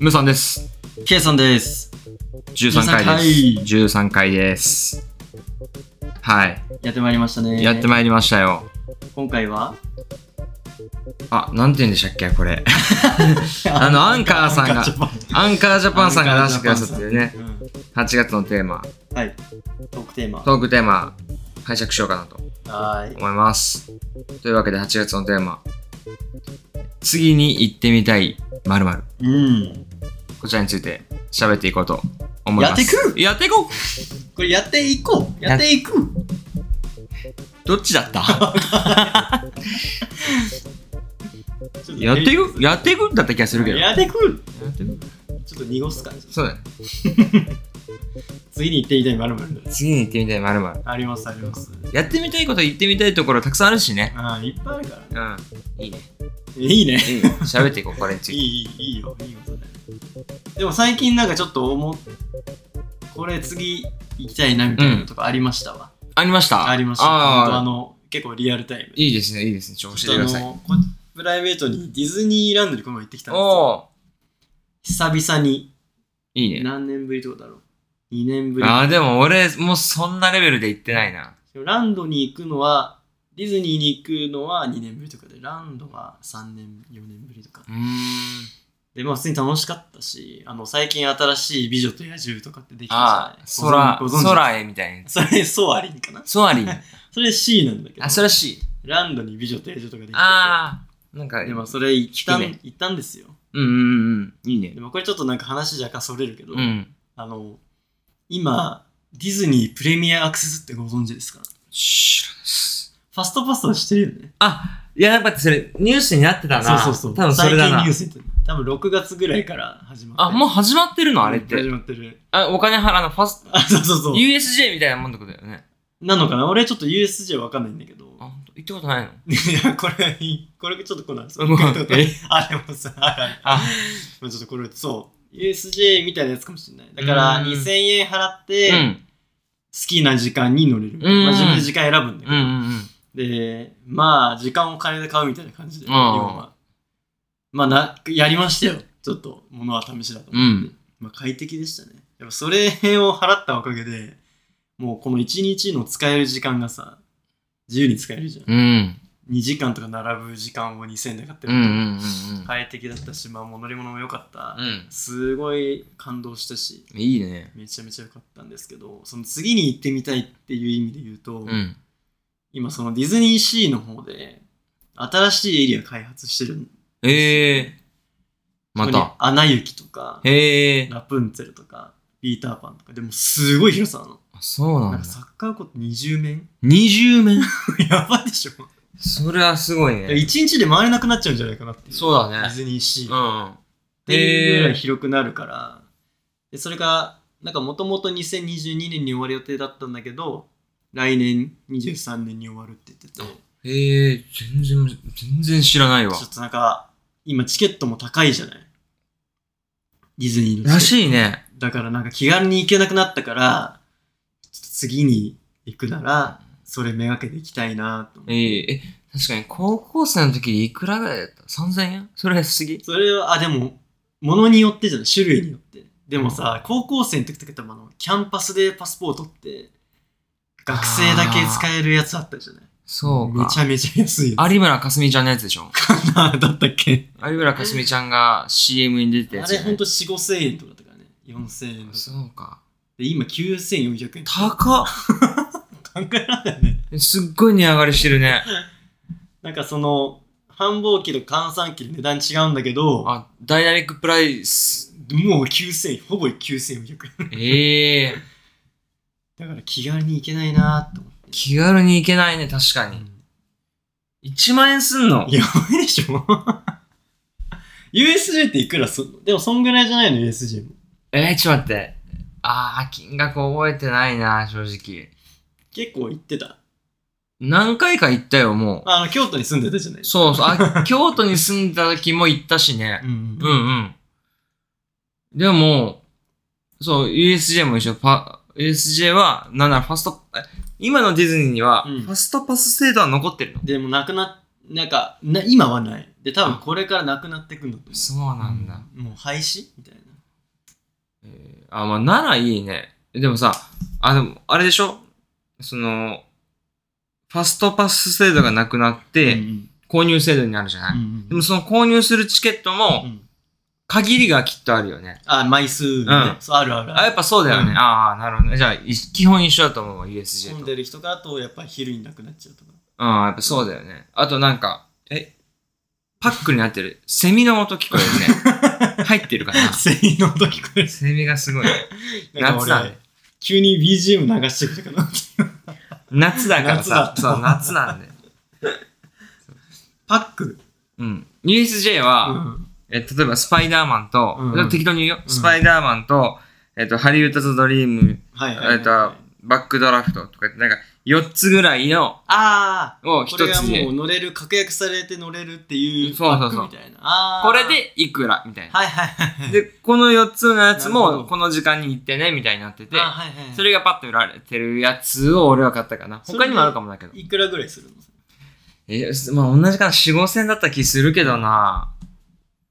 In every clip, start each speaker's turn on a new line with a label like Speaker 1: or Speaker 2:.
Speaker 1: ムさんです。
Speaker 2: K さんです。
Speaker 1: 13回です。13回です。はい。
Speaker 2: やってまいりましたね。
Speaker 1: やってまいりましたよ。
Speaker 2: 今回は
Speaker 1: あ、なんて言うんでしたっけこ れ。あの、アンカーさんが、アンカージャパンさんが出してくださってるね、
Speaker 2: う
Speaker 1: 8月のテーマ、
Speaker 2: んはい。トークテーマ。
Speaker 1: トークテーマ、拝借しようかなと
Speaker 2: はーい。
Speaker 1: 思います。というわけで8月のテーマ、次に行ってみたい〇〇。
Speaker 2: うん。
Speaker 1: こちらについて喋っていこうと思います。
Speaker 2: やって
Speaker 1: くやっていこ
Speaker 2: これやっていこう。やっていく。
Speaker 1: うどっちだった
Speaker 2: ちょと
Speaker 1: やっていくやっていくだった気がするけど。
Speaker 2: やっていく。
Speaker 1: やっていく
Speaker 2: ちょっと濁すか。
Speaker 1: そうだね。
Speaker 2: 次に行ってみたいまるまる。
Speaker 1: 次に行ってみたい〇〇。
Speaker 2: ありますあります。
Speaker 1: やってみたいこと行ってみたいところたくさんあるしね。
Speaker 2: ああ、いっぱいあるからね。
Speaker 1: うん。いいね。
Speaker 2: いいね。
Speaker 1: いいね喋っていこう、これにつ
Speaker 2: い
Speaker 1: いて。
Speaker 2: い、いい、いいよ。いいことだよ。でも最近なんかちょっと思っこれ次行きたいなみたいなとかありましたわ。
Speaker 1: ありました
Speaker 2: ありました。
Speaker 1: あ
Speaker 2: 本当あ
Speaker 1: ー
Speaker 2: の、結構リアルタイム。
Speaker 1: いいですね、いいですね。ちょっと教えてくださ
Speaker 2: ち
Speaker 1: い。
Speaker 2: ょっとあのこプライベートにディズニーランドにこの前行ってきたんですよ。
Speaker 1: おー
Speaker 2: 久々に。
Speaker 1: いいね。
Speaker 2: 何年ぶりってことだろう ?2 年ぶり。
Speaker 1: あーでも俺、もうそんなレベルで行ってないな。
Speaker 2: ランドに行くのは、ディズニーに行くのは2年ぶりとかで、ランドが3年、4年ぶりとか
Speaker 1: う。ーん。
Speaker 2: で、まあ普通に楽しかったし、あの、最近新しい美女と野獣とかってできた
Speaker 1: あ
Speaker 2: じ
Speaker 1: ー、
Speaker 2: ゃない
Speaker 1: 空、
Speaker 2: ご存知ご存
Speaker 1: 空へみたいなや
Speaker 2: 知
Speaker 1: つ。
Speaker 2: それ、ソアリンかな
Speaker 1: ソア リン。
Speaker 2: それ C なんだけど
Speaker 1: あ、、そらしい。
Speaker 2: ランドに美女と野獣とかできてて
Speaker 1: あー、なんか、
Speaker 2: でもそれ行ったん、
Speaker 1: 低いね
Speaker 2: 行ったんですよ。
Speaker 1: うんうんうん。いいね
Speaker 2: で。もこれちょっとなんか話若干それるけど、
Speaker 1: うん。
Speaker 2: あの、今、ディズニープレミアアクセスってご存知ですかフ
Speaker 1: 知らないっす
Speaker 2: ァストパスはしてるよね。
Speaker 1: あ、いや、やっぱそれ、ニュースになってたな。
Speaker 2: そうそうそう。
Speaker 1: 多分それだ
Speaker 2: 最近
Speaker 1: な
Speaker 2: ニュー。スになってる多分6月ぐらいから始まって
Speaker 1: あ、もう始まってるのあれっ
Speaker 2: 始
Speaker 1: て。
Speaker 2: まってる。
Speaker 1: あ、お金払うの、ファス
Speaker 2: あ、そうそうそう。
Speaker 1: USJ みたいなもんってことだよね。
Speaker 2: なのかな俺ちょっと USJ わかんないんだけど。
Speaker 1: あ、ほんと行ったことないの
Speaker 2: いや、これ、これちょっとこの後。
Speaker 1: もうえ
Speaker 2: あ、でもさ、ある
Speaker 1: あ、
Speaker 2: まあちょっとこれ、そう。USJ みたいなやつかもしれない。だから、
Speaker 1: うん
Speaker 2: 2000円払っ
Speaker 1: う
Speaker 2: て、好
Speaker 1: ん。
Speaker 2: きな時間に乗れる。
Speaker 1: うん
Speaker 2: まあ自分で時間選ぶんだけ
Speaker 1: うんう
Speaker 2: ど。
Speaker 1: んうん。
Speaker 2: で、まあ、時間を金で買うみたいな感じで、
Speaker 1: うん
Speaker 2: 要は。まあな、やりましたよ。ちょっと、物は試しだと
Speaker 1: う
Speaker 2: 思って。
Speaker 1: ん。
Speaker 2: まあ、快適でしたね。やっぱ、それを払ったおかげで、もうこの1日の使える時間がさ、自由に使えるじゃん。
Speaker 1: うん。
Speaker 2: 2時間とか並ぶ時間を2000円で買って
Speaker 1: うんう
Speaker 2: る。
Speaker 1: んうん
Speaker 2: 快適だったし、まあ、もう乗り物も良かった。
Speaker 1: うん。うん。
Speaker 2: すごい感動したし、
Speaker 1: いいね。
Speaker 2: めちゃめちゃ良かったんですけど、その次に行ってみたいっていう意味で言うと、
Speaker 1: うん。
Speaker 2: 今そのディズニーシーの方で新しいエリア開発してるの
Speaker 1: ええ。ま
Speaker 2: ここに
Speaker 1: た。
Speaker 2: アナ雪とか
Speaker 1: へえ。
Speaker 2: ラプンツェルとかピーターパンとかでもすごい広さなの
Speaker 1: あ、そうな
Speaker 2: なん
Speaker 1: ん
Speaker 2: か
Speaker 1: だ。
Speaker 2: サッカーコート20面
Speaker 1: 二重面
Speaker 2: やばいでしょ
Speaker 1: それはすごいね。
Speaker 2: 一日で回れなくなっちゃうんじゃないかなっていう
Speaker 1: そうだね
Speaker 2: ディズニーシー、
Speaker 1: う
Speaker 2: っ
Speaker 1: ん。
Speaker 2: ていうぐら
Speaker 1: へ
Speaker 2: い
Speaker 1: え。
Speaker 2: 広くなるからでそれがなんかもともと2022年に終わる予定だったんだけど来年23年に終わるって言っててち
Speaker 1: へえ、全然、全然知らないわ
Speaker 2: ょ。っとなんか今チケットも高いじゃないディズニーのチケット
Speaker 1: らしいね。
Speaker 2: だからなんか気軽に行けなくなったから、ちょっと次に行くなら、それめがけて行きたいなと思
Speaker 1: え
Speaker 2: っ
Speaker 1: え、
Speaker 2: て。
Speaker 1: え、確かに高校生の時いくらぐらいだった ?3000 円それすぎ
Speaker 2: それは、あ、でも、ものによってじゃない、種類によって。でもさ、高校生の時とか多分あの、キャンパスでパスポートって、学生だけ使えるやつあったじゃない。
Speaker 1: そう
Speaker 2: め
Speaker 1: か。
Speaker 2: ちゃめちゃ安いや
Speaker 1: 有村架純ちゃんのやつでしょ
Speaker 2: つだったっけ
Speaker 1: 有村架純ちゃんが CM に出てたや
Speaker 2: あ
Speaker 1: つじ
Speaker 2: れ
Speaker 1: ゃな
Speaker 2: ほ
Speaker 1: い、
Speaker 2: んと4、5千円とかだったからね。4千円とか。
Speaker 1: そうか。
Speaker 2: で、今9400円。
Speaker 1: 高っ
Speaker 2: 考えられないね。
Speaker 1: すっごい値上がりしてるね。
Speaker 2: なんかその、繁忙期と閑散期で値段違うんだけど、
Speaker 1: あ、ダイナミックプライ ス。
Speaker 2: もう9000、ほぼ9400円。
Speaker 1: ええ
Speaker 2: だから気軽に行けないなと思って。
Speaker 1: 気軽に行けないね、確か
Speaker 2: う
Speaker 1: に。
Speaker 2: ん
Speaker 1: 1万円すんの
Speaker 2: やばいでしょ ?USJ っていくらすんのでもそんぐらいじゃないの ?USJ も。
Speaker 1: えー、ちょっと待って。あー、金額覚えてないな、正直。
Speaker 2: 結構行ってた。
Speaker 1: 何回か行ったよ、も。
Speaker 2: あの、京都に住んでたじゃないう
Speaker 1: そうそう。あ、京都に住んだ時も行ったしね。
Speaker 2: ん
Speaker 1: うんうん。でも、そう、USJ も一緒。パ USJ は、なんならファスト、え今のディズニーには、
Speaker 2: うん
Speaker 1: ファストパス制度は残ってるの。
Speaker 2: でもなくな、なんかな今はないで多分これからなくなっていくんだと思
Speaker 1: そうなんだ。
Speaker 2: うもう廃止みたいな
Speaker 1: えーあ、まあ、ならいいね。でもさ、あ、でも、あれでしょその、ファストパス制度がなくなって、
Speaker 2: うんうん
Speaker 1: 購入制度になるじゃない、
Speaker 2: うんうん
Speaker 1: でもその購入するチケット
Speaker 2: う
Speaker 1: も、
Speaker 2: ん
Speaker 1: 限りがきっとあるよね。
Speaker 2: あ枚数ね、
Speaker 1: うん
Speaker 2: そうあるある
Speaker 1: あ、やっぱそうだよね。
Speaker 2: うん
Speaker 1: ああ、なるほどね。じゃあ、い基本一緒だと思うわ、USJ
Speaker 2: 混ん
Speaker 1: と。
Speaker 2: でる人がとやっぱ昼になくなっちゃうとか
Speaker 1: うん、やっぱそうだよね。あとなんか、え、パックになってる。セミの音聞こえる ね。入ってるかな
Speaker 2: 全員の音聞こえる
Speaker 1: セミがすごい。
Speaker 2: なんか
Speaker 1: 夏だ
Speaker 2: 俺急に BGM 流してくるかな
Speaker 1: 夏だからさ。
Speaker 2: 夏だ
Speaker 1: そう、夏なんで。
Speaker 2: パック、
Speaker 1: うん。USJ は、えー例えばスパイダーマンと、
Speaker 2: うんうん
Speaker 1: 適当に言うよ、
Speaker 2: ん
Speaker 1: スパイダーマンと、えっ、と、ハリウッドとドリーム、
Speaker 2: はいはい、は
Speaker 1: え
Speaker 2: い
Speaker 1: っ、、と、バックドラフトとかって、なんか、4つぐらいの、
Speaker 2: ああ
Speaker 1: を
Speaker 2: こ
Speaker 1: 一
Speaker 2: れ
Speaker 1: つ
Speaker 2: がもう
Speaker 1: に。
Speaker 2: 乗れる確約されて乗れるっていう
Speaker 1: そう
Speaker 2: パ
Speaker 1: そ
Speaker 2: ッ
Speaker 1: う
Speaker 2: ク
Speaker 1: そう
Speaker 2: みたいなあー
Speaker 1: これでいくらみたいな。
Speaker 2: はいはいはいはい
Speaker 1: で、この4つのやつ
Speaker 2: なるほど
Speaker 1: も、この時間に行ってね、みたいになってて、
Speaker 2: あはいはいはい
Speaker 1: それがパッと売られてるやつを俺は買ったかな。
Speaker 2: それで
Speaker 1: 他にもあるかもだけど。
Speaker 2: いくらぐらいするの
Speaker 1: えー、まあ同じかな、4、5千だった気するけどな。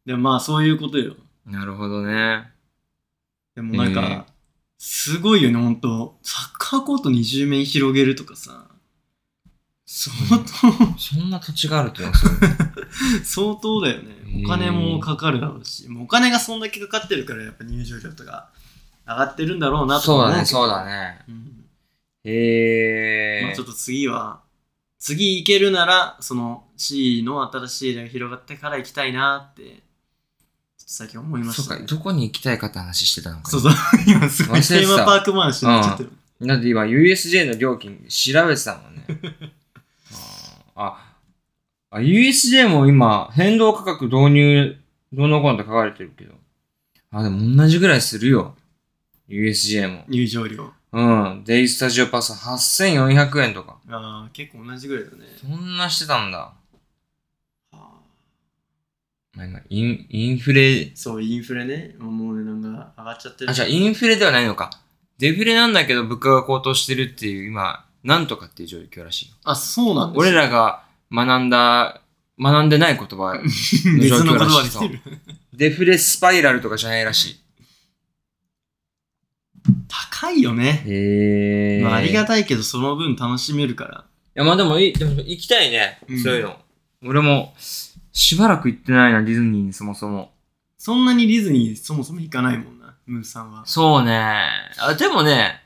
Speaker 2: でもまあそういうことよ
Speaker 1: なるほど ね。
Speaker 2: でもなんか、
Speaker 1: えー
Speaker 2: すごいよねほんとサッカーコート20面広げるとかさ
Speaker 1: そ
Speaker 2: 相当
Speaker 1: そんな土地があるってのはすごい
Speaker 2: 相当だよね
Speaker 1: えー
Speaker 2: お金もかかるだろうしもうお金がそんだけかかってるからやっぱ入場料とか上がってるんだろうなとか
Speaker 1: そう
Speaker 2: 思う
Speaker 1: だね、
Speaker 2: けど
Speaker 1: そうだね。
Speaker 2: うん
Speaker 1: へえー。
Speaker 2: まあ、ちょっと次は次行けるならその C の新しいエリアが広がってから行きたいなってちょっと最近思いま
Speaker 1: そ
Speaker 2: し
Speaker 1: う
Speaker 2: た
Speaker 1: か、
Speaker 2: ね、
Speaker 1: どこに行きたいかって話してたのか。
Speaker 2: そうそう 今すごい
Speaker 1: 忘れ
Speaker 2: テ
Speaker 1: て
Speaker 2: ー
Speaker 1: た
Speaker 2: マパーク話になっちゃってる、
Speaker 1: だって今 USJ の料金調べてた もんね。あーあ、あ USJ も今変動価格導入、どうのこうのって書かれてるけど。あ、でも同じぐらいするよ。USJ も。
Speaker 2: 入場料
Speaker 1: うん。デイスタジオパス8400円とか。
Speaker 2: ああ結構同じぐらいだね
Speaker 1: そんなしてたんだ。
Speaker 2: あー
Speaker 1: まあ今イン、インフレ、
Speaker 2: そうインフレねもうねなんか上がっちゃってる
Speaker 1: あ、じゃあインフレではないのか。デフレなんだけど物価が高騰してるっていう今、なんとかっていう状況らしいよ。
Speaker 2: あそうなんです
Speaker 1: 俺らが学んだ、学んでない言葉、
Speaker 2: 別
Speaker 1: 状
Speaker 2: の
Speaker 1: 況
Speaker 2: 言
Speaker 1: らしい
Speaker 2: 葉で来てる
Speaker 1: デフレスパイラルとかじゃないらし
Speaker 2: 高いよね
Speaker 1: い。、へ
Speaker 2: まあ、ありが
Speaker 1: い
Speaker 2: たいけどその分楽しめるから
Speaker 1: や、まあでもいい、でも行きたいね、
Speaker 2: うん
Speaker 1: そういうの。俺も、しばらく行ってないな、ディズニーにそもそも。
Speaker 2: そんなにディズニーそもそも行かないもんなムーさんは
Speaker 1: そうね。あ、でもね、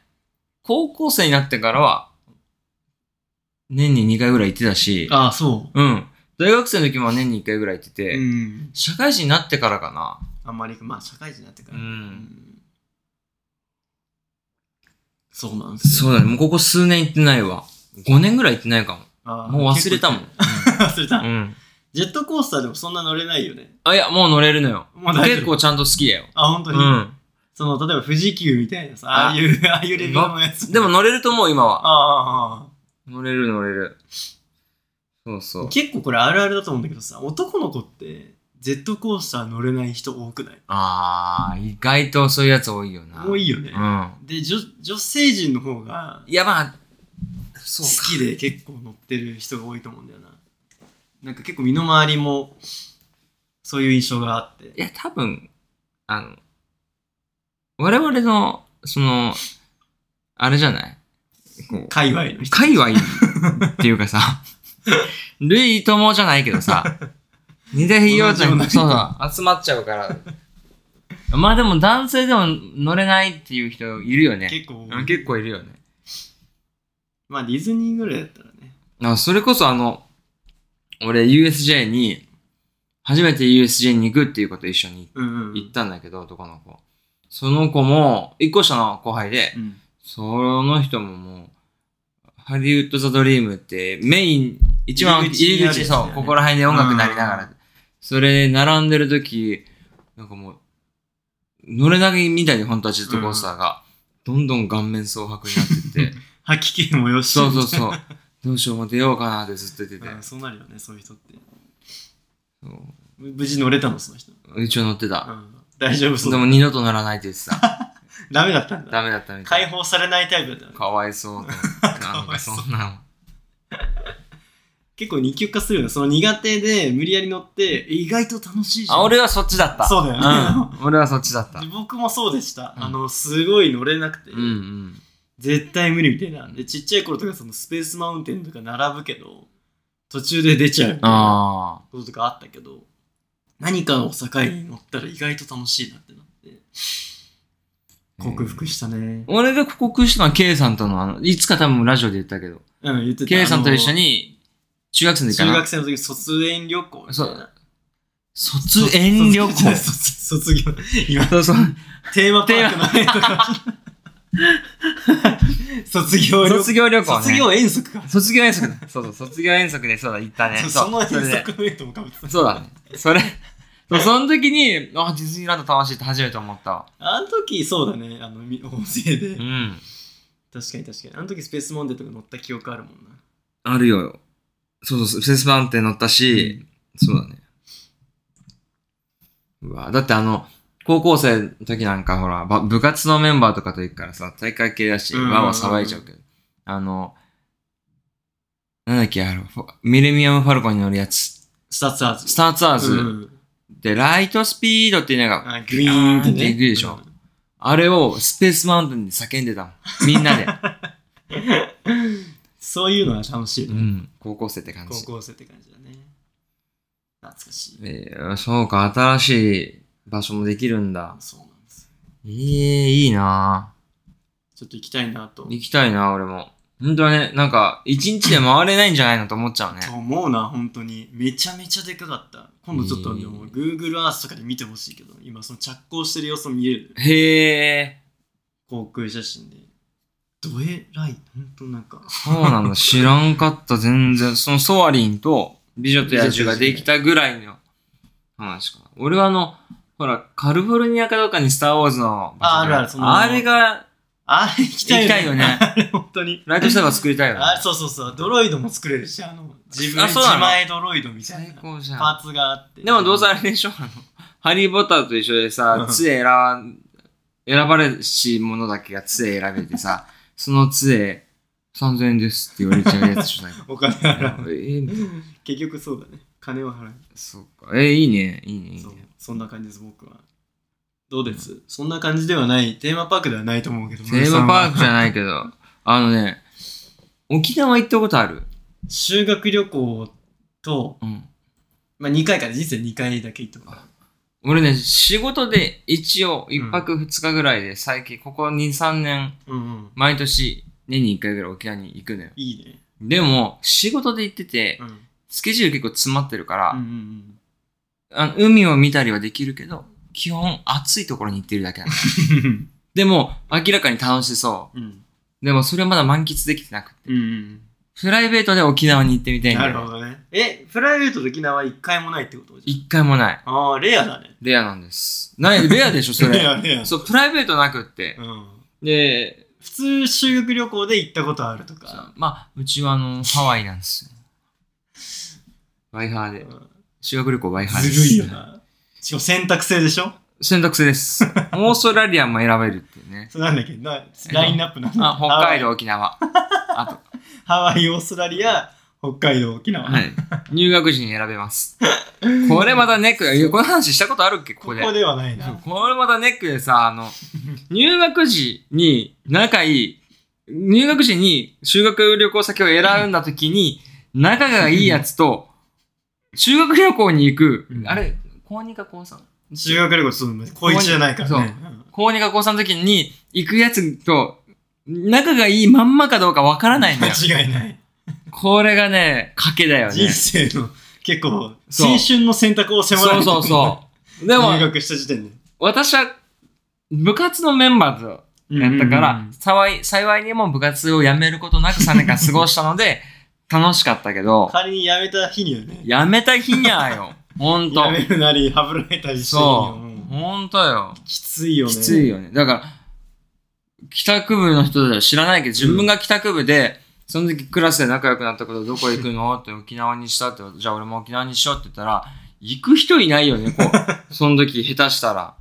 Speaker 1: 高校生になってからは、年に2回ぐらい行ってたし、
Speaker 2: ああそ
Speaker 1: うん。大学生の時も年に1回ぐらい行って
Speaker 2: う
Speaker 1: て、
Speaker 2: うん
Speaker 1: 社会人になってからかな。
Speaker 2: あんまり、まあ、社会人になってから。
Speaker 1: うん
Speaker 2: んそうなんです
Speaker 1: そ
Speaker 2: よ。
Speaker 1: うだね、もうここ数年行ってないわ。5年ぐらい行ってないかも。
Speaker 2: あー
Speaker 1: もう忘れたもん。。
Speaker 2: 結構 忘れ
Speaker 1: う
Speaker 2: た。
Speaker 1: ん。
Speaker 2: ジェットコースターでもそんな乗れないよね。
Speaker 1: あ、いや、もう乗れるのよ。
Speaker 2: もう大丈夫
Speaker 1: 結構ちゃんと好きだよ。
Speaker 2: あ、本当
Speaker 1: う
Speaker 2: に。
Speaker 1: ん。
Speaker 2: その、例えば富士急みたいなさ、
Speaker 1: あ
Speaker 2: ああいう、ああいうレベルのやつ。
Speaker 1: でも、乗れると思う、今
Speaker 2: あ
Speaker 1: は。
Speaker 2: あああ
Speaker 1: 乗れる乗れる。そうそ
Speaker 2: ああ
Speaker 1: う。
Speaker 2: 結構これあるあるだと思うんだけどさ、男の子って、ジェットコースター乗れない人多くない
Speaker 1: あー、意外とそういうやつ多いよな。
Speaker 2: 多いよね
Speaker 1: う。ん。
Speaker 2: で、女女性陣の方が、
Speaker 1: いや、まあ、そ
Speaker 2: 好きで結構乗ってる人が多いと思うんだよな。なんか結構身の回りも、そういう印象があって。
Speaker 1: いや、多分、あの、我々の、その、あれじゃないこう
Speaker 2: 界隈の人。
Speaker 1: 界隈っていうか さ、類友じゃないけどさ、似たひよちゃん
Speaker 2: 同
Speaker 1: が
Speaker 2: じ
Speaker 1: そ
Speaker 2: 同
Speaker 1: うそう集まっちゃうから。まあでも男性でも乗れないっていう人いるよね。
Speaker 2: 結構
Speaker 1: うん、結構いるよね。
Speaker 2: まあディズニーぐらいだったらね
Speaker 1: あそれこそあの、俺 USJ に、初めて USJ に行くっていうこと一緒に
Speaker 2: うんうん
Speaker 1: 行ったんだけど、男の子。その子も、一個下の後輩で、
Speaker 2: うん
Speaker 1: その人ももう、ハリウッド・ザ・ドリームってメイン、一番
Speaker 2: 入り口に
Speaker 1: 入り
Speaker 2: ある
Speaker 1: 口、
Speaker 2: やつだよ
Speaker 1: そ
Speaker 2: ね
Speaker 1: う、ここら辺で音楽鳴りながら、それ並んでる時、なんかもう、乗れなぎみたいに本当はジェットコースターが、どんどん顔面蒼白になって って、
Speaker 2: 吐き気もよし
Speaker 1: そうそうそう、どうしようもう出ようかなってずっと言ってて
Speaker 2: う、んそうなるよねそういう人って
Speaker 1: そ
Speaker 2: 無無事乗れたのその人、
Speaker 1: う一応乗って
Speaker 2: う
Speaker 1: た。
Speaker 2: ん、大丈夫そう
Speaker 1: でも二度と乗らないって言ってた。
Speaker 2: ダメだったんだ
Speaker 1: ダメだったみたい
Speaker 2: 解。放されないタイプだったの
Speaker 1: かわいそうと思って。なんかそんなの。
Speaker 2: 結構二極化するよね。その苦手で無理やり乗って、意外と楽しいじゃん。
Speaker 1: あ、俺はそっちだった。
Speaker 2: そうだよね。
Speaker 1: うん。俺はそっちだった。
Speaker 2: 僕もそうでした。
Speaker 1: うん
Speaker 2: あの、すごい乗れなくて、
Speaker 1: うんうん。
Speaker 2: 絶対無理みたいな。で、ちっちゃい頃とかそのスペースマウンテンとか並ぶけど、途中で出ちゃうみたいな
Speaker 1: あ
Speaker 2: こととかあったけど、何かを境に乗ったら意外と楽しいなってなって、
Speaker 1: あ。
Speaker 2: 克服したね。
Speaker 1: 俺が克服したのは K さんとの、あの、いつか多分ラジオで言ったけど、
Speaker 2: うん、言ってた。
Speaker 1: K さんと一緒
Speaker 2: に
Speaker 1: に、中学生の時か
Speaker 2: 中
Speaker 1: な
Speaker 2: 学生の時卒園旅行みたいな。
Speaker 1: そう卒園旅行。
Speaker 2: 卒卒卒業。今、
Speaker 1: そうそう。
Speaker 2: テーマパークのねとか。卒業旅行。
Speaker 1: 卒業旅行ね。
Speaker 2: 卒業遠足か。
Speaker 1: 卒業遠足だ。そうそう、卒業遠足で、そうだ、行ったね。
Speaker 2: そう
Speaker 1: そう
Speaker 2: その遠
Speaker 1: それで
Speaker 2: 足の絵ともかぶってた。
Speaker 1: そうだね。それ、そうその時に、あ、ディズニーランド楽しいって初めて思ったわ。
Speaker 2: あの時、そうだね。あの、み音声で。
Speaker 1: うん。
Speaker 2: 確かに確かに。あの時、スペースモンデーとか乗った記憶あるもんな。
Speaker 1: あるよ。そうそうそう、セスパンって乗ったし、そうだね。うわ、だってあの、高校生の時なんかほら、ば部活のメンバーとかと行くからさ、大会系だし、
Speaker 2: うん
Speaker 1: わわ騒いじゃうけど。あの、なんだっけ、あの、フォミレミアム・ファルコンに乗るやつ。
Speaker 2: スターツアーズ。
Speaker 1: スターツアーズ。
Speaker 2: うん
Speaker 1: で、ライトスピードっていうのが、
Speaker 2: あ、グリーン
Speaker 1: ビーンっ
Speaker 2: って
Speaker 1: て
Speaker 2: ね。
Speaker 1: 行くでしょあれをスペースマウンテンで叫んでたもん。みん なで。
Speaker 2: うんそういうのは楽しいうね。
Speaker 1: ん。高校生って感じ。
Speaker 2: 高校生って感じだね。懐かしい。
Speaker 1: えーそうか、新しい場所もできるんだ。
Speaker 2: そうなんです。
Speaker 1: ええいいな
Speaker 2: ちょっと行きたいなと。
Speaker 1: 行きたいな俺も。ほんとね、なんか、一日で回れないんじゃないのと思っちゃうね。
Speaker 2: と思うな、本当に。めちゃめちゃでかかった。今度ちょっと、
Speaker 1: えー
Speaker 2: でも、Google Earth とかで見てほしいけど、今、その着工してる様子も見える。
Speaker 1: へえ、
Speaker 2: 航空写真で。どえらい、本当なんか。
Speaker 1: そうなん だ。知らんかった、全然。そのソアリンと美女と野獣ができたぐらいの話かな。俺はあの、ほら、カリフォルニアかどうかにスターウォーズの場所
Speaker 2: ああるあるその
Speaker 1: あれが、
Speaker 2: あれ行きたい
Speaker 1: 行きたいよね
Speaker 2: あれ、本当に。
Speaker 1: ライトスターが作りたいよね。
Speaker 2: あそうそうそう、ドロイドも作れるし、あの、自分
Speaker 1: あ
Speaker 2: 自
Speaker 1: そうなの
Speaker 2: 前ドロイドみたい
Speaker 1: 最
Speaker 2: な。
Speaker 1: 高じゃん。
Speaker 2: パーツがあって。
Speaker 1: でもどうせあれでしょ あの、ハリー・ポッターと一緒でさ
Speaker 2: う、ん
Speaker 1: 杖選ば、選ばれし者だけが杖選べて
Speaker 2: 。
Speaker 1: さ、その杖、3000円ですって言われちゃうやつじゃないか
Speaker 2: お金払 う。
Speaker 1: えーみたいな
Speaker 2: 結局そうだね。金は払う。
Speaker 1: そうか。えーいいね。いいね。いい
Speaker 2: そう
Speaker 1: ね。
Speaker 2: そんな感じです、僕は。どうです、そんな感じではない。テーマパークではないと思うけど、
Speaker 1: テーマパークじゃないけ ど、あのね、沖縄行ったことある
Speaker 2: 修学旅行と、
Speaker 1: うん。
Speaker 2: まあ、2回かな人生2回だけ行ったことある
Speaker 1: 俺ね、仕事で一応、一泊二日ぐらいで最近、ここ2、3年、
Speaker 2: うんうん
Speaker 1: 毎年、年に1回ぐらい沖縄に行くのよ。
Speaker 2: いいね
Speaker 1: でも、仕事で行ってて、
Speaker 2: うん
Speaker 1: スケジュール結構詰まってるから、
Speaker 2: うんうん
Speaker 1: あの海を見たりはできるけど、基本暑いところに行ってるだけなの。
Speaker 2: うん
Speaker 1: でも、明らかに楽しそ
Speaker 2: うん
Speaker 1: う。でも、それはまだ満喫できてなくて。
Speaker 2: うんうん
Speaker 1: プライベートで沖縄に行ってみたいん
Speaker 2: な
Speaker 1: だ
Speaker 2: るほ
Speaker 1: よ。
Speaker 2: どねえプライベートと沖縄一回もないってこと
Speaker 1: 一回もない。
Speaker 2: ああレアだね
Speaker 1: レアなんです。ない、レアでしょ、そ
Speaker 2: レ
Speaker 1: れ。
Speaker 2: アレア
Speaker 1: そう、プライベートなくって。
Speaker 2: うん
Speaker 1: で、
Speaker 2: 普通修学旅行で行ったことあるとか
Speaker 1: まあ、うちはあの、ハワイなんですよ。ワイハーで。
Speaker 2: うん
Speaker 1: 修学旅行ワイハーで
Speaker 2: ず
Speaker 1: す。
Speaker 2: るいよなしかも選択制でしょ
Speaker 1: 選択制 です。オーストラリアも選べるっていうね。
Speaker 2: それなんだっけなラインナップなんだ
Speaker 1: あ、北海道、沖縄。あと、
Speaker 2: ハワイハワイオーストラリア北海道沖縄
Speaker 1: はい。入学時に選べます。これまたネックだ。いやこの話したことあるっけこ
Speaker 2: こ
Speaker 1: こで。
Speaker 2: こではない
Speaker 1: そう
Speaker 2: な
Speaker 1: これまたネックでさ、あの、入学時に仲いい、入学時に修学旅行先を選んだ時に、仲がいいやつと、修学旅行に行く
Speaker 2: う、ん
Speaker 1: あれ、高2か高 3?
Speaker 2: 修学旅行そう高一じゃないからねうん
Speaker 1: 高2か高3の時に行くやつと、仲がいいまんまかどうかわからないんだよ。
Speaker 2: 間違いない
Speaker 1: これがね、賭けだよね。
Speaker 2: 人生の結構青
Speaker 1: そう
Speaker 2: 春の選択を迫
Speaker 1: そ
Speaker 2: られて
Speaker 1: う
Speaker 2: る
Speaker 1: そうそう。でも
Speaker 2: 入、学した時点で
Speaker 1: 私は部活のメンバーとやったから、
Speaker 2: うんうんうん
Speaker 1: 幸い幸いにも部活を辞めることなく3年間過ごしたの で、楽しかったけど、
Speaker 2: 仮に辞めた日にはね
Speaker 1: 辞めた日にゃよ。ほんと
Speaker 2: 辞。めるなりはぶられたりしてるよ
Speaker 1: そう。
Speaker 2: もう
Speaker 1: ほんとよ。
Speaker 2: きついよね
Speaker 1: きついよね。だから、帰宅部の人たちは知らないけど、自分が帰宅部で、その時クラスで仲良くなったことどこ行くのって沖縄にしたって、じゃあ俺も沖縄にしようって言ったら、行く人いないよね、こ う。その時下手したら。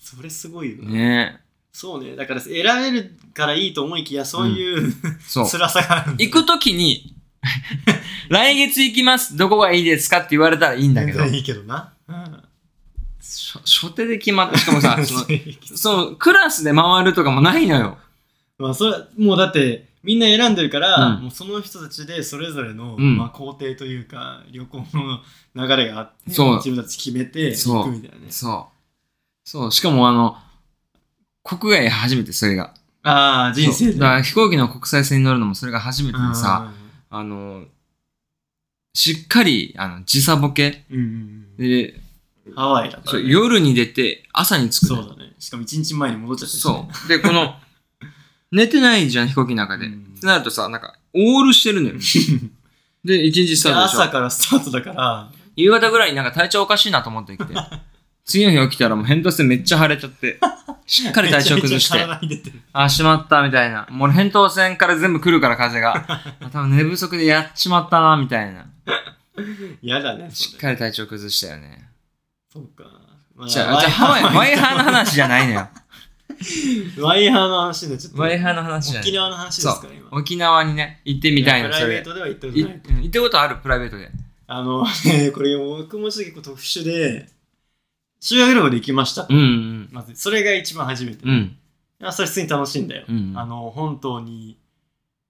Speaker 2: それすごいよね
Speaker 1: ね
Speaker 2: そうねだから選べるからいいと思いきやそういう、
Speaker 1: そう。
Speaker 2: 辛さがある
Speaker 1: 行くときに、 来月行きます、どこがいいですかって言われたらいいんだけど、
Speaker 2: いいけどな。うん。
Speaker 1: 初初手で決まって、しかも さ、その、
Speaker 2: いいけど
Speaker 1: そのクラスで回るとかもないのよ。
Speaker 2: まあそれはもうだってみんな選んでるから、
Speaker 1: うん
Speaker 2: もうその人たちでそれぞれの、
Speaker 1: うん
Speaker 2: まあ、工程というか旅行の流れがあって
Speaker 1: そう
Speaker 2: 自分たち決めて
Speaker 1: そう
Speaker 2: 行くみたいなね
Speaker 1: そう。そう、しかもあの、国外初めてそれが。
Speaker 2: ああ人生
Speaker 1: そ
Speaker 2: で
Speaker 1: うだから飛行機の国際線に乗るのもそれが初めてでさ、あの、しっかりあの時差ボケ
Speaker 2: うんうんうん
Speaker 1: で、
Speaker 2: ハワイだから
Speaker 1: そう
Speaker 2: ね、
Speaker 1: 夜に出て朝に着く
Speaker 2: そ
Speaker 1: の
Speaker 2: うだねしかも一日前に戻っちゃって
Speaker 1: そう。で、この、寝てないじゃん、飛行機の中で。
Speaker 2: う
Speaker 1: っ
Speaker 2: ん
Speaker 1: てなるとさ、なんか、オールしてるのよ。で、一日スタ
Speaker 2: で
Speaker 1: ートでし
Speaker 2: 朝
Speaker 1: ょ。
Speaker 2: からスタートだから
Speaker 1: 夕方ぐらいになんか体調おかしいなと思 ってきて。次の日起きたらもう扁桃腺めっちゃ腫れちゃって、 しっかり体調崩して
Speaker 2: めちゃめちゃ、体に出てる
Speaker 1: あ、しまった、みたいな。もう扁桃腺から全部来るから、風が。 あ多分寝不足でやっちまったな、みたいな。
Speaker 2: 嫌だね
Speaker 1: し
Speaker 2: そ
Speaker 1: っ
Speaker 2: れ
Speaker 1: かり体調崩したよね。
Speaker 2: そうかまあ
Speaker 1: じゃあ、じゃあハワイ、ワイハーの話じゃないのよ。
Speaker 2: ワイハーの話になっちょっと
Speaker 1: ワイハーの話じゃない
Speaker 2: 沖。縄の話ですから今
Speaker 1: 沖縄にね、行ってみたいの、
Speaker 2: やプラ
Speaker 1: そ
Speaker 2: イベー
Speaker 1: れ。
Speaker 2: トでは行ったこと
Speaker 1: い
Speaker 2: ないと思う
Speaker 1: 行ったことあるプライベートで。
Speaker 2: あの、ね、これ僕もちょっと結構特殊で、修学旅行で行きました。
Speaker 1: うんうん。
Speaker 2: まず、それが一番初めて。
Speaker 1: うん。
Speaker 2: あそれ普通に楽しいんだよ。
Speaker 1: うん
Speaker 2: あの、本島に、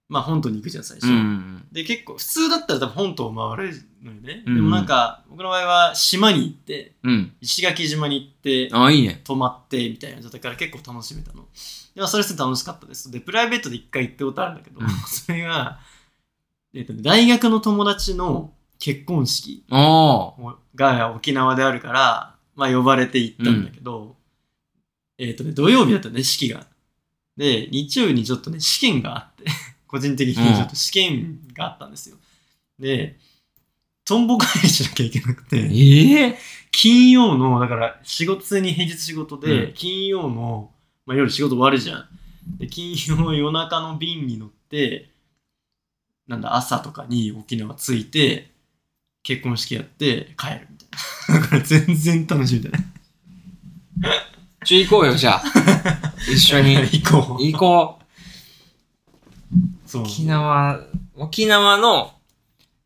Speaker 2: まあ本島に行くじゃん、最
Speaker 1: う
Speaker 2: 初。
Speaker 1: んうん
Speaker 2: で、結構、普通だったら多分本島を回れるのよね。
Speaker 1: うん
Speaker 2: でもなんか、僕の場合は島に行って、
Speaker 1: うん。うん。
Speaker 2: 石垣島に行って、
Speaker 1: あ、いいね。
Speaker 2: 泊まって、みたいな状態から結構楽しめたの。でもそれ普通に楽しかったです。で、プライベートで一回行ったことあるんだけど
Speaker 1: うん、
Speaker 2: それが、えっとね、大学の友達の結婚式。
Speaker 1: おー。
Speaker 2: が沖縄であるから、まあ呼ばれて行ったんだけど、えっ、とね、土曜日だったね、式が。で、日曜日にちょっとね、試験があって、 個人的にちょっと試験があったんですよ。で、トンボ返しなきゃいけなくて、
Speaker 1: ええ
Speaker 2: 金曜の、だから仕事普通に平日仕事で、
Speaker 1: うん
Speaker 2: 金曜の、まあ夜仕事終わるじゃん。で、金曜の夜中の便に乗って、なんだ、朝とかに沖縄着いて、結婚式やって帰るみたいな。こ れ全然楽しみだね。
Speaker 1: ちょ、行こうよ、じゃ あ。一緒に。
Speaker 2: 行こ
Speaker 1: 行こう。
Speaker 2: う。そう。
Speaker 1: 沖縄、沖縄の、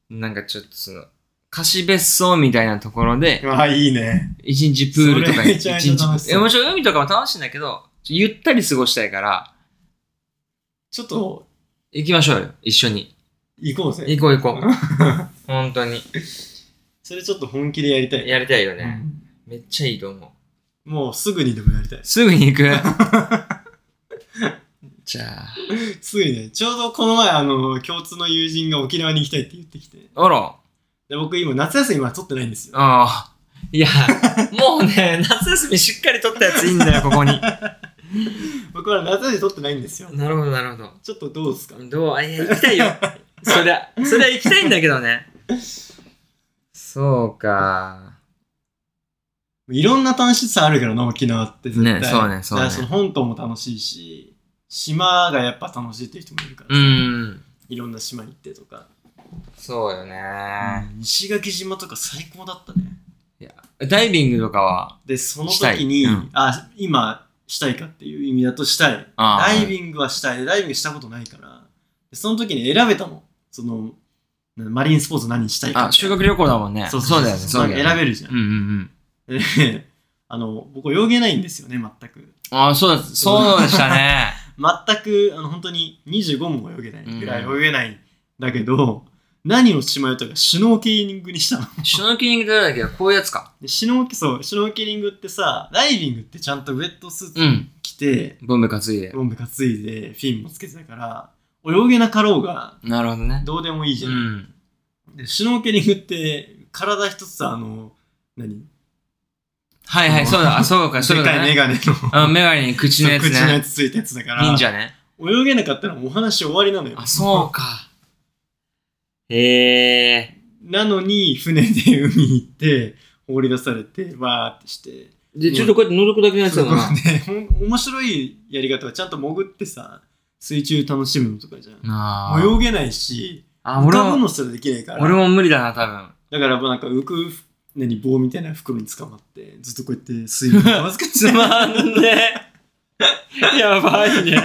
Speaker 1: なんかちょっとその、貸別荘みたいなところで、
Speaker 2: ああ、いいね。
Speaker 1: 一日プールとか
Speaker 2: それ
Speaker 1: に、
Speaker 2: め
Speaker 1: 一
Speaker 2: ちゃめちゃ楽し
Speaker 1: 日、
Speaker 2: そ
Speaker 1: え
Speaker 2: う
Speaker 1: もちろん海とかも楽しいんだけど、ちょゆったり過ごしたいから、
Speaker 2: ちょっと、
Speaker 1: 行きましょうよ、一緒に。
Speaker 2: 行こうぜ。
Speaker 1: 行こう行こ う。本当に。
Speaker 2: それちょっと本気でやりたい。
Speaker 1: やりたいよ
Speaker 2: う
Speaker 1: ね。
Speaker 2: ん
Speaker 1: めっちゃいいと思う。
Speaker 2: もうすぐにでもやりたい。
Speaker 1: すぐに 行くじゃあ。
Speaker 2: すぐにね、ちょうどこの前、あの、共通の友人が沖縄に行きたいって言ってきて。
Speaker 1: あら。
Speaker 2: で、僕今、夏休みまだ取ってないんですよ。
Speaker 1: ああ。いや、もうね、 夏休みしっかり取ったやついいん だよ、ここに。
Speaker 2: 僕は夏休み取ってないんですよ。
Speaker 1: なるほど、なるほど。
Speaker 2: ちょっとどうですか
Speaker 1: どうあいや、行きたいよ。そりゃ、そりゃ行きたいんだけどね。そうか。
Speaker 2: いろんな楽しさあるからな、沖縄って絶対。
Speaker 1: ねそうねそうね
Speaker 2: だからその本島も楽しいし、島がやっぱ楽しいっていう人もいるから
Speaker 1: う
Speaker 2: さ、
Speaker 1: ん。
Speaker 2: いろんな島に行ってとか。
Speaker 1: そうよね。
Speaker 2: うん石垣島とか最高だったね。
Speaker 1: ダイビングとかは、
Speaker 2: で、その
Speaker 1: したい
Speaker 2: 時に、
Speaker 1: うん
Speaker 2: あ、今、したいかっていう意味だとしたい。
Speaker 1: ああ
Speaker 2: ダイビングはしたい。でダイビングしたことないから。でその時に選べたもん。その、なマリンスポーツ何したいかみたいな。
Speaker 1: あ、修学旅行だもんね。
Speaker 2: そう
Speaker 1: そ
Speaker 2: そうう
Speaker 1: だ
Speaker 2: だ
Speaker 1: よ
Speaker 2: よ
Speaker 1: ね。
Speaker 2: ね。
Speaker 1: そうだよね。
Speaker 2: 選べるじゃ
Speaker 1: うん
Speaker 2: ん。
Speaker 1: うんうん。
Speaker 2: で あの、僕、泳げないんですよね、全く。
Speaker 1: ああ、そうだ、そうでした ね。
Speaker 2: 全く、あの、本当に25も泳げないぐらい
Speaker 1: うん
Speaker 2: 泳げないんだけど、何をしまうとか、シュノーケリングにしたの。
Speaker 1: シュノーケリングとやるだけはこういうやつか。
Speaker 2: でシュノーケ、そう、シュノーケリングってさ、ダイビングってちゃんとウェットスーツ
Speaker 1: うん。
Speaker 2: 着て、
Speaker 1: ボンベ担いで。
Speaker 2: ボンベ担いで、フィンもつけてたから、泳げなかろうが、
Speaker 1: なるほどね。
Speaker 2: どうでもいいじ
Speaker 1: う
Speaker 2: ゃん。
Speaker 1: ん。
Speaker 2: で、シュノーケリングって、体一つあの、何
Speaker 1: はいはい、そうだ、あそうか、そう
Speaker 2: で
Speaker 1: だ
Speaker 2: かいメ
Speaker 1: ね。
Speaker 2: ガネの、
Speaker 1: あメガネに口のやつ
Speaker 2: 口のや
Speaker 1: ね。
Speaker 2: つついたやつだから、
Speaker 1: 忍者ね。
Speaker 2: 泳げなかったらもうお話終わりなのよ。
Speaker 1: あ、そうか。へえ。
Speaker 2: なのに、船で海に行って、放り出されて、わーってして。
Speaker 1: で、ちょっとこうやって覗くだけのやつだな。
Speaker 2: で、ほん面白いやり方はちゃんと潜ってさ、水中楽しむのとかじゃん。
Speaker 1: な
Speaker 2: 泳げないし、
Speaker 1: ああ、
Speaker 2: 浮
Speaker 1: 俺
Speaker 2: かぶ
Speaker 1: も、
Speaker 2: のすらできないから。
Speaker 1: 俺も無理だな、多分。
Speaker 2: だから、なんか浮く、何、棒みたいな袋に捕まって、ずっとこうやって水 面まずか
Speaker 1: つまんね え。やばいね。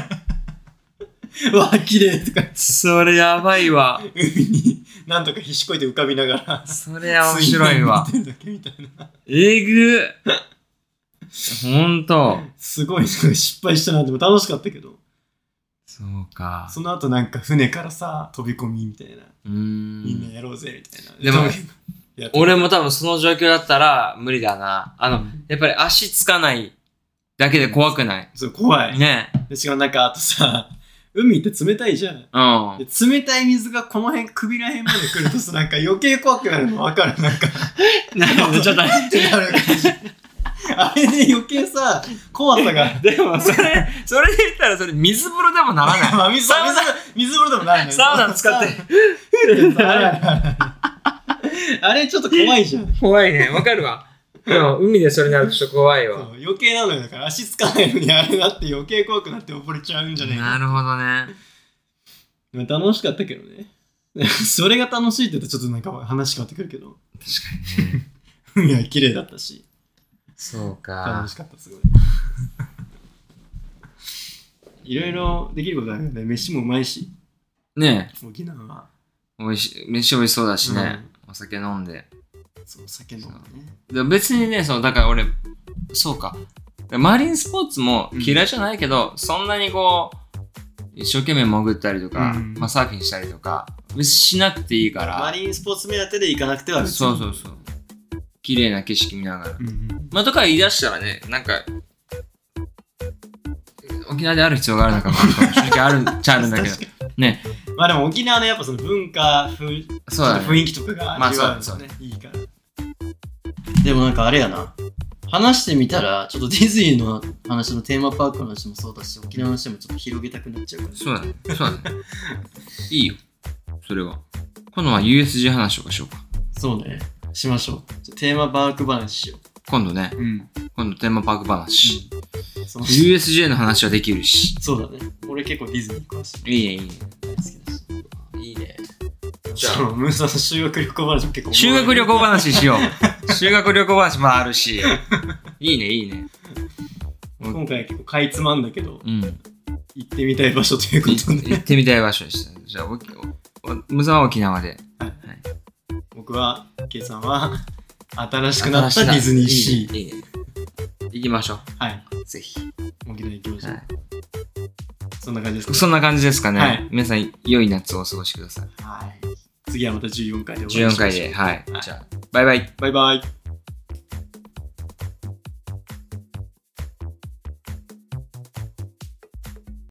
Speaker 2: わー、綺麗とか、
Speaker 1: それやばいわ。
Speaker 2: 海になんとか必死こいて浮かびながら、
Speaker 1: それは面白いわ
Speaker 2: 水。面見てるだけみたいな。
Speaker 1: えぐほんと。
Speaker 2: すごい、すごい失敗したな。でも楽しかったけど。
Speaker 1: そうか。
Speaker 2: その後なんか船からさ、飛び込みみたいな。
Speaker 1: うー。
Speaker 2: みんなんやろうぜ、みたいな。
Speaker 1: でも
Speaker 2: 飛び込みやって
Speaker 1: 俺も多分その状況だったら無理だな。あの、
Speaker 2: うん
Speaker 1: やっぱり足つかないだけで怖くない。
Speaker 2: そう、怖い。
Speaker 1: ね
Speaker 2: で、しかもなんか、あとさ、海って冷たいじゃん。
Speaker 1: うん。
Speaker 2: で冷たい水がこの辺、首ら辺まで来るとさ、なんか余計怖くなるの分かる。なんか、
Speaker 1: なんでちょっと待っ
Speaker 2: ってなる感じ。あれで余計さ、怖さが。
Speaker 1: てでもそれ、それで言ったらそれ水風呂でもならな
Speaker 2: まあ、水
Speaker 1: サウナ
Speaker 2: 水風呂でもないの
Speaker 1: い。
Speaker 2: よ
Speaker 1: サウナ使って。
Speaker 2: あれちょっと怖いじゃん。
Speaker 1: 怖いね。わかるわ。でも海でそれになるとちょっと怖い
Speaker 2: そう
Speaker 1: わ。
Speaker 2: 余計なのよだから足つかないのにあれだって余計怖くなって溺れちゃうんじゃねえ
Speaker 1: なるほどね。
Speaker 2: まあ楽しかったけどね それが楽しいって言うとちょっとなんか話変わってくるけど
Speaker 1: 確かにね。
Speaker 2: 海は綺麗だったし
Speaker 1: そうか
Speaker 2: 楽。しかったすごい いろいろできることあるよね飯もうまいし
Speaker 1: ね
Speaker 2: 沖縄は
Speaker 1: え、美味しい、飯美味しそうだしね。お酒飲んで。
Speaker 2: そう酒飲むね
Speaker 1: で別にねそうだから俺そうかマリンスポーツも嫌いじゃないけど、そんなにこう一生懸命潜ったりとか、
Speaker 2: うん
Speaker 1: まあ、サーフィンしたりとか別にしなくていいか
Speaker 2: マ
Speaker 1: ら
Speaker 2: リンスポーツ目当てで行かなくては別に
Speaker 1: そうそうそう綺麗な景色見ながら
Speaker 2: うんうん
Speaker 1: まあとか言い出したらねなんか沖縄である必要があるのかも正直あるっちゃあるんだけど
Speaker 2: 確か
Speaker 1: ね
Speaker 2: にまあでも沖縄のやっぱその文化風
Speaker 1: そうだ
Speaker 2: ちょっと
Speaker 1: ね
Speaker 2: 雰囲気とかが味わえる
Speaker 1: まあそう
Speaker 2: のね、いいからでもなんかあれやな話してみたらちょっとディズニーの話のテーマパークの話もそうだし沖縄の話もちょっと広げたくなっちゃうから
Speaker 1: そうだねそうだねいいよそれは今度は USJ 話とかしようか
Speaker 2: そうねしましょうじゃあテーマパーク話しよ
Speaker 1: 今度ね
Speaker 2: ううん、
Speaker 1: 今度テーマパーク話、
Speaker 2: その
Speaker 1: USJ の話はできるし。
Speaker 2: そうだね俺結構ディズニー詳しい
Speaker 1: いいね、いいね。
Speaker 2: 大好きだし
Speaker 1: いいね。じ
Speaker 2: じ
Speaker 1: ゃ
Speaker 2: ゃ
Speaker 1: あ
Speaker 2: あムーさんの修学旅行話も結構面白
Speaker 1: 修
Speaker 2: い
Speaker 1: 学旅行話しよ う。修学旅行話もあるし。いいね、いいね。
Speaker 2: 今回は結構かいつまんだけど
Speaker 1: うん。い
Speaker 2: 行ってみたい場所ということで、
Speaker 1: 行ってみたい場所でした。じゃあ、おおおむさんは沖縄で。
Speaker 2: 僕はケイさんは新しくなったディズニーシー
Speaker 1: いいね。いいね行きましょ
Speaker 2: はい。
Speaker 1: う。ぜひ。
Speaker 2: 沖縄行きましょう。
Speaker 1: は
Speaker 2: そんな感じで
Speaker 1: い、
Speaker 2: すか
Speaker 1: そんな感じですかね。
Speaker 2: はい
Speaker 1: 皆さん、良い夏をお過ごしください。
Speaker 2: はい。次はまた14回でお会いしましょう。
Speaker 1: 14回で。はい。
Speaker 2: はい
Speaker 1: じゃあ、バイバイ。
Speaker 2: バイバイ。